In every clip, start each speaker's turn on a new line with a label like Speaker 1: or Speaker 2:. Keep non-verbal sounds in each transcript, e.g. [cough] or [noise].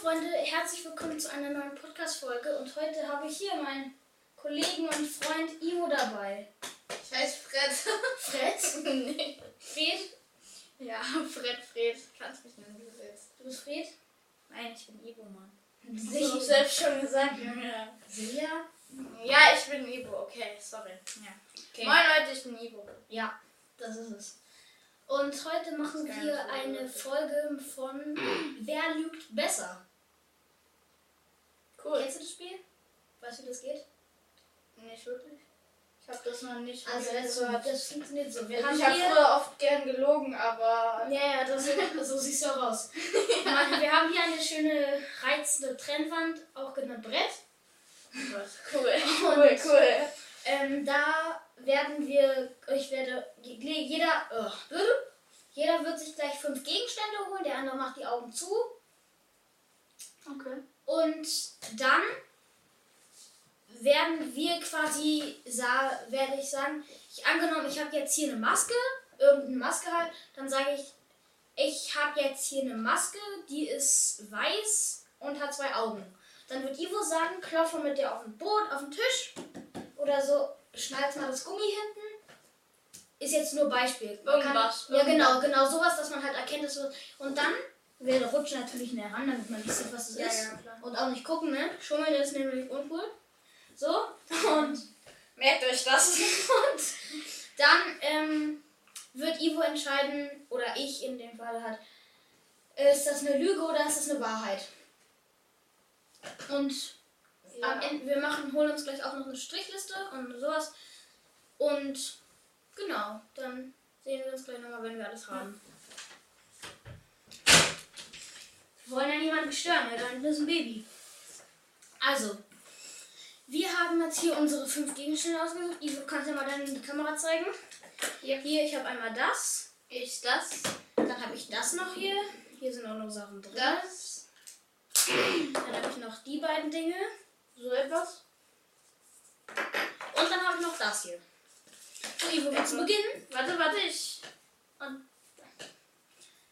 Speaker 1: Freunde, herzlich willkommen zu einer neuen Podcast-Folge und heute habe ich hier meinen Kollegen und Freund Ivo dabei.
Speaker 2: Ich heiße Fred. [laughs]
Speaker 1: Fred?
Speaker 2: nee.
Speaker 1: Fred?
Speaker 2: Ja, Fred, Fred. Kannst mich nennen, wie du willst.
Speaker 1: Du bist Fred?
Speaker 3: Nein, ich bin Ivo, Mann.
Speaker 2: Ich hab's selbst schon gesagt, Junge.
Speaker 3: Silja?
Speaker 2: Ja, ich bin Ibo. Okay, sorry.
Speaker 3: Ja.
Speaker 1: Okay.
Speaker 2: Moin Leute, ich bin Ibo.
Speaker 3: Ja.
Speaker 1: Das ist es. Und heute machen
Speaker 2: Das ist
Speaker 1: wir
Speaker 2: gar nicht so
Speaker 1: eine
Speaker 2: lustig.
Speaker 1: Folge von Wer lügt besser?
Speaker 2: Cool.
Speaker 1: Kennst du das Spiel? Weißt du, wie das geht?
Speaker 2: Nicht wirklich. Ich hab das noch nicht
Speaker 1: Also, das,
Speaker 2: gehört.
Speaker 1: das funktioniert so. Wir
Speaker 2: Also,
Speaker 1: haben
Speaker 2: ich habe
Speaker 1: hier
Speaker 2: früher oft gern gelogen, aber
Speaker 1: Ja, ja, das, so siehst du auch
Speaker 2: [laughs]
Speaker 1: aus. Mann, Wir haben hier eine schöne reizende Trennwand, auch genannt Brett.
Speaker 2: cool.
Speaker 1: Cool,
Speaker 2: [laughs] Cool, cool.
Speaker 1: Ähm, da werden wir, ich werde, je- jeder, äh, jeder wird sich gleich fünf Gegenstände holen, der andere macht die Augen zu.
Speaker 2: Okay.
Speaker 1: Und dann werden wir quasi, sa werde ich sagen, ich angenommen, ich habe jetzt hier eine Maske, irgendeine Maske halt, dann sage ich, ich habe jetzt hier eine Maske, die ist weiß und hat zwei Augen. Dann wird Ivo sagen, klopfe mit dir auf den Boot, auf den Tisch oder so, schneid mal das Gummi hinten. Ist jetzt nur Beispiel. Man kann-
Speaker 2: Irgendwas,
Speaker 1: Ja, genau, genau sowas, dass man halt erkennt, dass wir- und dann, wir rutschen natürlich näher ran, damit man sieht, was es
Speaker 2: Ja,
Speaker 1: ist.
Speaker 2: ja, klar.
Speaker 1: Und auch nicht gucken, ne? Schummeln ist nämlich uncool. So, und
Speaker 2: Merkt euch das.
Speaker 1: [laughs] dann ähm, wird Ivo entscheiden, oder ich in dem Fall halt, ist das eine Lüge oder ist das eine Wahrheit? Und am Ende, wir machen, holen uns gleich auch noch eine Strichliste und sowas. Und genau, dann sehen wir uns gleich nochmal, wenn wir alles haben. Wir wollen ja niemanden stören, weil dann ist ein Baby. Also, wir haben jetzt hier unsere fünf Gegenstände ausgesucht. Ivo, kannst du mal deine in die Kamera zeigen?
Speaker 2: Ja.
Speaker 1: Hier, ich habe einmal das.
Speaker 2: Ich das,
Speaker 1: Dann habe ich das noch hier. Hier sind auch noch Sachen drin.
Speaker 2: das,
Speaker 1: Dann habe ich noch die beiden Dinge.
Speaker 2: so etwas.
Speaker 1: Und dann habe ich noch das hier. So, Ivo, willst du beginnen?
Speaker 2: Warte, warte, ich.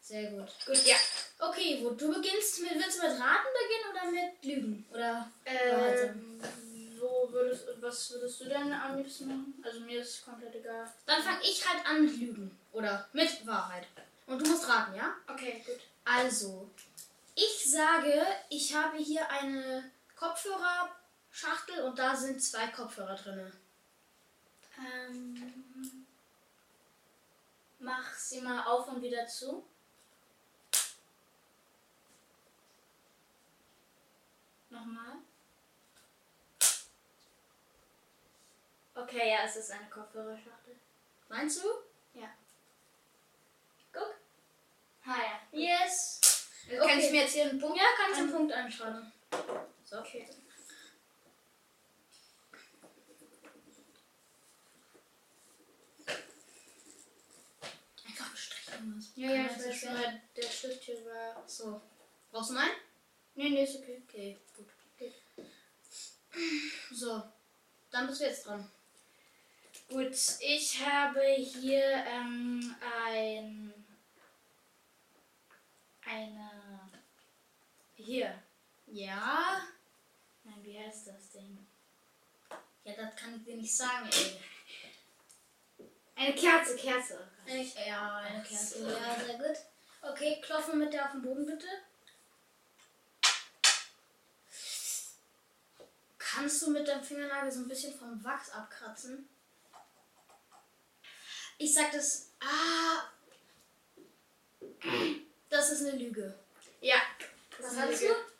Speaker 1: Sehr gut.
Speaker 2: Gut, ja.
Speaker 1: Okay, Ivo, du beginnst mit, willst du mit Raten beginnen oder mit Lügen? Oder
Speaker 2: Ähm, wo würdest, was würdest du denn am liebsten machen? Also mir ist komplett egal.
Speaker 1: dann fange ich halt an mit Lügen. Oder mit Wahrheit. Und du musst raten, ja?
Speaker 2: Okay, gut.
Speaker 1: Also, ich sage, ich habe hier eine Kopfhörerschachtel und da sind zwei Kopfhörer drin.
Speaker 2: Ähm, mach sie mal auf und wieder zu. Nochmal. Okay, ja, es ist eine Kopfhörerschachtel.
Speaker 1: Meinst du?
Speaker 2: Ja.
Speaker 1: Guck.
Speaker 2: Ah ja.
Speaker 1: Yes.
Speaker 2: Okay. Kann ich mir jetzt hier einen Punkt?
Speaker 1: Ja, kannst du einen Punkt anschauen. So.
Speaker 2: Okay.
Speaker 1: Einfach ein Strich irgendwas.
Speaker 2: Ja, ja, ich
Speaker 1: Kann man
Speaker 2: weiß
Speaker 1: jetzt
Speaker 2: schon,
Speaker 1: nicht
Speaker 2: weil der Stift hier war.
Speaker 1: sehen. So. Brauchst du meinen?
Speaker 2: Nee, nee, ist okay.
Speaker 1: Okay, gut. So. Dann bist du jetzt dran.
Speaker 2: Gut, ich habe hier ähm, ein. Eine. Hier.
Speaker 1: Ja.
Speaker 2: Nein, wie heißt das Ding?
Speaker 1: Ja, das kann ich dir nicht sagen, ey.
Speaker 2: Eine Kerze, Kerze.
Speaker 1: Echt? Ja, eine
Speaker 2: Ach
Speaker 1: Kerze.
Speaker 2: so.
Speaker 1: Ja, sehr gut. Okay, klopfen mit der auf den Boden bitte. Kannst du mit deinem Fingernagel so ein bisschen vom Wachs abkratzen? Ich sag das. Ah! Das ist eine Lüge.
Speaker 2: Ja.
Speaker 1: Was
Speaker 2: ist
Speaker 1: hattest
Speaker 2: eine
Speaker 1: du?
Speaker 2: Lüge.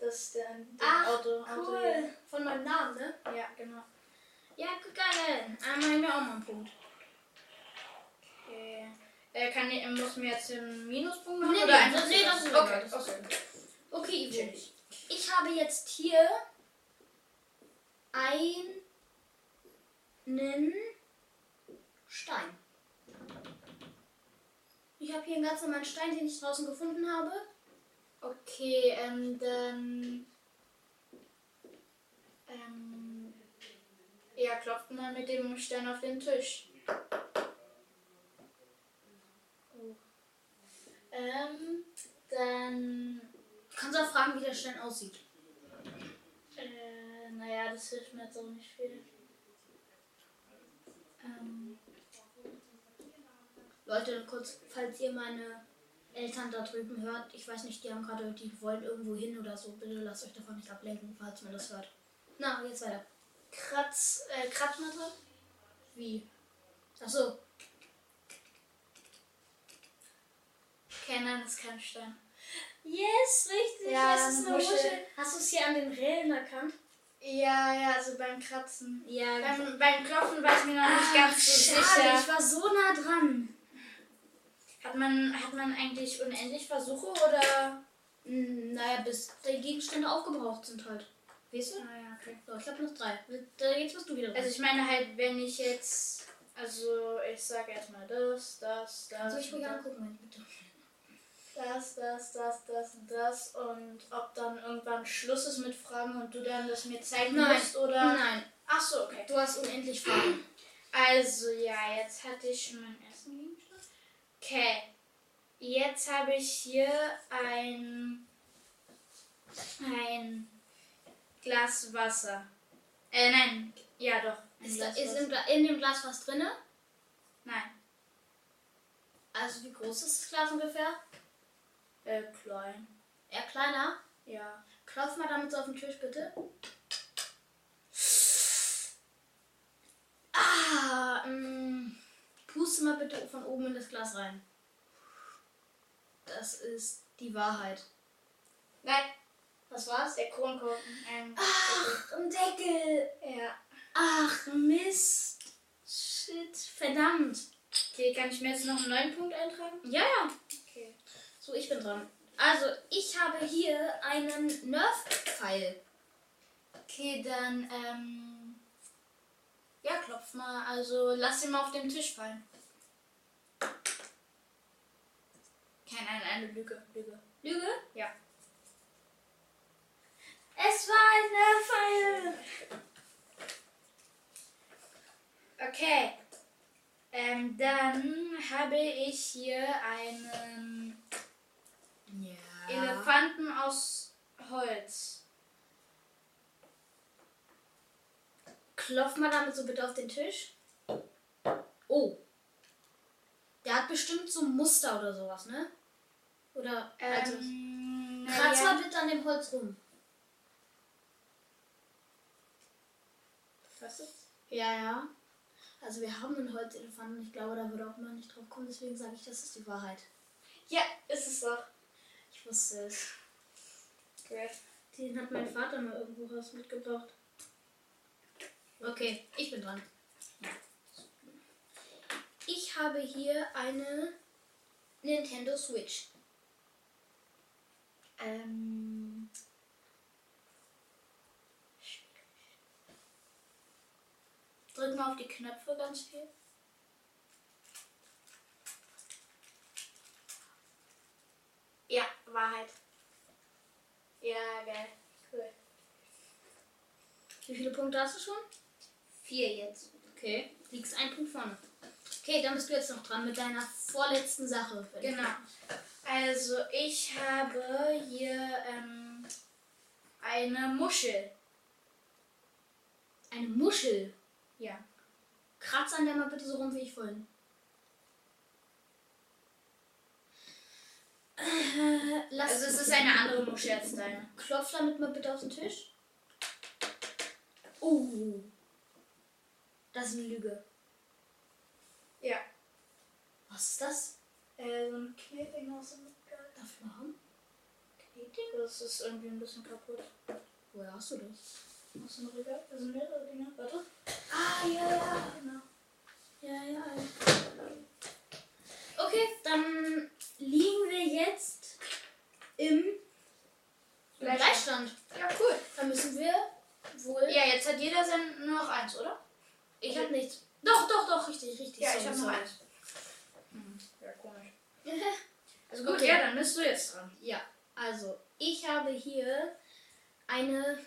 Speaker 2: Das ist der, der
Speaker 1: Ach,
Speaker 2: Auto. Auto hier.
Speaker 1: Cool. Von meinem Namen, ne?
Speaker 2: Ja, genau.
Speaker 1: Ja, gut, geil. Einmal mir auch mal einen Punkt.
Speaker 2: Okay. Äh, kann ich, muss mir jetzt einen Minuspunkt machen?
Speaker 1: Nee,
Speaker 2: oder
Speaker 1: nee,
Speaker 2: einfach
Speaker 1: nee,
Speaker 2: so
Speaker 1: das ist egal,
Speaker 2: okay.
Speaker 1: das ist
Speaker 2: okay.
Speaker 1: Okay, Ivo.
Speaker 2: Natürlich.
Speaker 1: Ich habe jetzt hier einen Stein. Ich habe hier einen ganz normalen Stein, den ich draußen gefunden habe.
Speaker 2: Okay, ähm, dann. Ähm, ja, klopft mal mit dem Stern auf den Tisch. Oh. Ähm, dann.
Speaker 1: kannst auch fragen, wie der Stein aussieht.
Speaker 2: Äh, naja, das hilft mir jetzt auch nicht viel. Ähm,
Speaker 1: Leute, kurz, falls ihr meine Eltern da drüben hört, ich weiß nicht, die haben gerade, die wollen irgendwo hin oder so. Bitte lasst euch davon nicht ablenken, falls man das hört. Na, jetzt weiter.
Speaker 2: Kratz, äh, Kratzmatte?
Speaker 1: Wie? Achso,
Speaker 2: Okay, nein, das ist kein Stein.
Speaker 1: Yes, richtig.
Speaker 2: Ja,
Speaker 1: es ist
Speaker 2: eine
Speaker 1: eine Muschel.
Speaker 2: Muschel.
Speaker 1: Hast du es hier an den Rillen erkannt?
Speaker 2: Ja, ja, also beim Kratzen.
Speaker 1: Ja.
Speaker 2: Beim, beim Klopfen war ich mir noch nicht ganz so
Speaker 1: Ah, schade, ich
Speaker 2: sicher.
Speaker 1: war so nah dran.
Speaker 2: Hat man, hat man eigentlich unendlich Versuche oder?
Speaker 1: Hm, Naja, bis die Gegenstände aufgebraucht sind halt. Weißt du?
Speaker 2: Naja, okay.
Speaker 1: So, ich habe noch drei. Da jetzt bist du wieder dran.
Speaker 2: Also ich meine halt, wenn ich jetzt, also ich sage erstmal das, das, das,
Speaker 1: soll ich
Speaker 2: und
Speaker 1: mir
Speaker 2: das,
Speaker 1: angucken, Moment, bitte.
Speaker 2: das, das, das, das und das und ob dann irgendwann Schluss ist mit Fragen und du dann das mir zeigen
Speaker 1: Nein.
Speaker 2: musst oder?
Speaker 1: Nein,
Speaker 2: Ach so, okay.
Speaker 1: du hast unendlich Fragen.
Speaker 2: Also ja, jetzt hatte ich schon meinen ersten Gegenstand. Okay. Jetzt habe ich hier ein, ein Glas Wasser. Äh, nein. Ja, doch. Ein
Speaker 1: Ist, da,
Speaker 2: Glas
Speaker 1: ist
Speaker 2: Wasser.
Speaker 1: im, Gla- in dem Glas was drin?
Speaker 2: Nein.
Speaker 1: Also wie groß ist das Glas ungefähr?
Speaker 2: Äh, klein.
Speaker 1: Eher kleiner.
Speaker 2: Ja.
Speaker 1: Klopf mal damit so auf den Tisch, bitte. Ah, mh. Puste mal bitte von oben in das Glas rein. Das ist die Wahrheit.
Speaker 2: Nein,
Speaker 1: Was war's? Ah.
Speaker 2: der Kronkorken. Ein
Speaker 1: Ach, ein Deckel.
Speaker 2: ja.
Speaker 1: Ach, Mist. Shit, verdammt.
Speaker 2: Okay, kann ich mir jetzt noch einen neuen Punkt eintragen?
Speaker 1: Ja, ja.
Speaker 2: Okay.
Speaker 1: So, ich bin dran. Also, ich habe hier einen Nerf-Pfeil.
Speaker 2: Okay, dann, ähm. Ja, klopf mal. Also lass ihn mal auf den Tisch fallen. Keine Ahnung, eine Lüge. Lüge.
Speaker 1: Lüge?
Speaker 2: Ja.
Speaker 1: Es war ein Nerf-Pfeil.
Speaker 2: Okay. Ähm, dann habe ich hier einen
Speaker 1: Ja.
Speaker 2: Elefanten aus Holz.
Speaker 1: Klopf mal damit so bitte auf den Tisch. Oh. Der hat bestimmt so ein Muster oder sowas, ne? Oder, also,
Speaker 2: Ähm, na
Speaker 1: kratz
Speaker 2: ja.
Speaker 1: mal bitte an dem Holz rum.
Speaker 2: Was ist?
Speaker 1: Ja, ja. Also wir haben einen Holzelefanten, ich glaube, da würde auch man nicht drauf kommen, deswegen sage ich, das ist die Wahrheit.
Speaker 2: Ja, ist es doch.
Speaker 1: Ich wusste es.
Speaker 2: Great.
Speaker 1: Den hat mein Vater mal irgendwo raus mitgebracht. Okay, ich bin dran. Ich habe hier eine Nintendo Switch.
Speaker 2: Ähm. Drück mal auf die Knöpfe ganz viel. Ja, Wahrheit. Ja, geil. Cool.
Speaker 1: Wie viele Punkte hast du schon?
Speaker 2: Vier jetzt.
Speaker 1: Okay. Liegst ein Punkt vorne. Okay, dann bist du jetzt noch dran mit deiner vorletzten Sache.
Speaker 2: Genau. Also ich habe hier ähm, eine Muschel.
Speaker 1: Eine Muschel.
Speaker 2: Ja.
Speaker 1: Kratz an der mal bitte so rum wie ich vorhin. Äh, lass
Speaker 2: Also es ist eine andere Muschel als deine.
Speaker 1: Klopf damit mal bitte auf den Tisch. Oh. Das ist eine Lüge.
Speaker 2: Ja.
Speaker 1: Was ist das?
Speaker 2: Äh, so ein Knetding aus dem Garten.
Speaker 1: Darf ich mal haben?
Speaker 2: Das ist irgendwie ein bisschen kaputt.
Speaker 1: Woher hast du das?
Speaker 2: Aus dem Regal. Also mehrere Dinger. Warte.
Speaker 1: Ah, ja, ja.
Speaker 2: Genau.
Speaker 1: Ja, ja. Okay, dann liegen wir jetzt im Gleichstand.
Speaker 2: Ja, cool.
Speaker 1: Dann müssen wir wohl.
Speaker 2: Ja, jetzt hat jeder sein nur noch eins, oder?
Speaker 1: Ich hab nichts. Doch, doch, doch, richtig, richtig.
Speaker 2: Ja,
Speaker 1: Sorry,
Speaker 2: ich habe noch
Speaker 1: sorry.
Speaker 2: eins. Hm. Ja, komisch. Also gut, ja, dann bist du jetzt dran.
Speaker 1: [laughs] Ja, also ich habe hier eine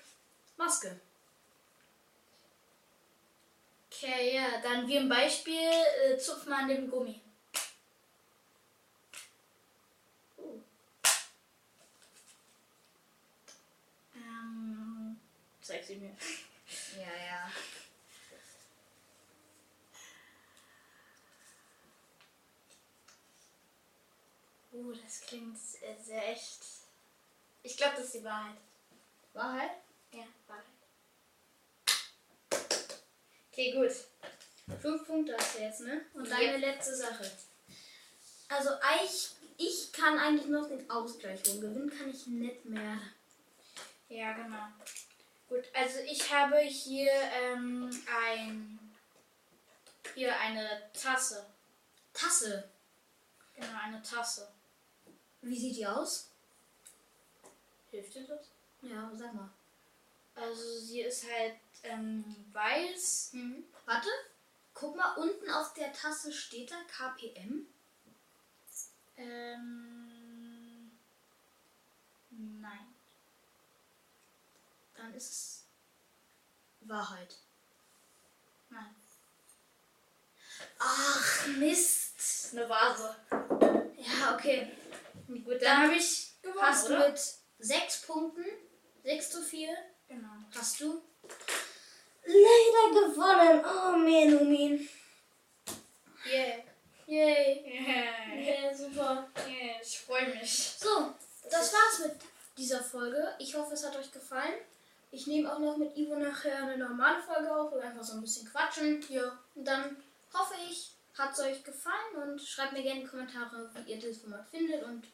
Speaker 1: Maske.
Speaker 2: Okay, ja, dann wie im Beispiel, äh, zupf mal an dem Gummi. Ähm. zeig sie mir.
Speaker 3: Ja, ja.
Speaker 2: Uh, das klingt äh, sehr echt. Ich glaube, das ist die Wahrheit.
Speaker 3: Wahrheit?
Speaker 2: Ja, Wahrheit. Okay, gut.
Speaker 1: Fünf Punkte hast du jetzt, ne? Und
Speaker 2: Ja.
Speaker 1: deine letzte Sache. Also ich, ich kann eigentlich noch den Ausgleich holen. Gewinnen kann ich nicht mehr.
Speaker 2: Ja, genau. Gut, also ich habe hier ähm, ein hier eine Tasse.
Speaker 1: Tasse.
Speaker 2: Genau, eine Tasse.
Speaker 1: Wie sieht die aus?
Speaker 2: Hilft dir das?
Speaker 1: Ja, sag mal.
Speaker 2: Also sie ist halt ähm, weiß.
Speaker 1: Mhm. Warte. Guck mal, unten auf der Tasse steht da KPM.
Speaker 2: Ähm, nein.
Speaker 1: Dann ist es Wahrheit.
Speaker 2: Nein.
Speaker 1: Ach, Mist.
Speaker 2: Das ist eine Vase.
Speaker 1: Ja, okay.
Speaker 2: Gut, dann habe ich gewonnen,
Speaker 1: Hast
Speaker 2: oder?
Speaker 1: du mit sechs Punkten, 6 zu 4,
Speaker 2: Genau.
Speaker 1: hast du leider gewonnen. Oh, man, oh, man. [laughs]
Speaker 2: Yeah.
Speaker 1: Yay.
Speaker 2: Yeah.
Speaker 1: Ja, super.
Speaker 2: yeah. Ich freue mich.
Speaker 1: So, das war's mit dieser Folge. Ich hoffe, es hat euch gefallen. Ich nehme auch noch mit Ivo nachher eine normale Folge auf, wo wir einfach so ein bisschen quatschen. Ja. Und dann hoffe ich, hat's euch gefallen und schreibt mir gerne in die Kommentare, wie ihr das Format findet und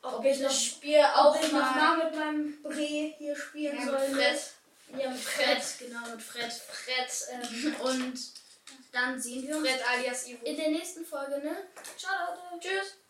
Speaker 2: Ob,
Speaker 1: Ob
Speaker 2: ich
Speaker 1: ich
Speaker 2: das
Speaker 1: noch-
Speaker 2: Spiel auch
Speaker 1: ob ich noch
Speaker 2: mal...
Speaker 1: mal mit meinem Bree hier spielen
Speaker 2: Ja, mit
Speaker 1: soll. ne?
Speaker 2: Fred.
Speaker 1: Ja, mit Fred, genau, mit Fred.
Speaker 2: Fred, ähm,
Speaker 1: Und dann sehen wir uns
Speaker 2: Fred alias Ivo.
Speaker 1: in der nächsten Folge, ne? Ciao, Leute. Tschüss.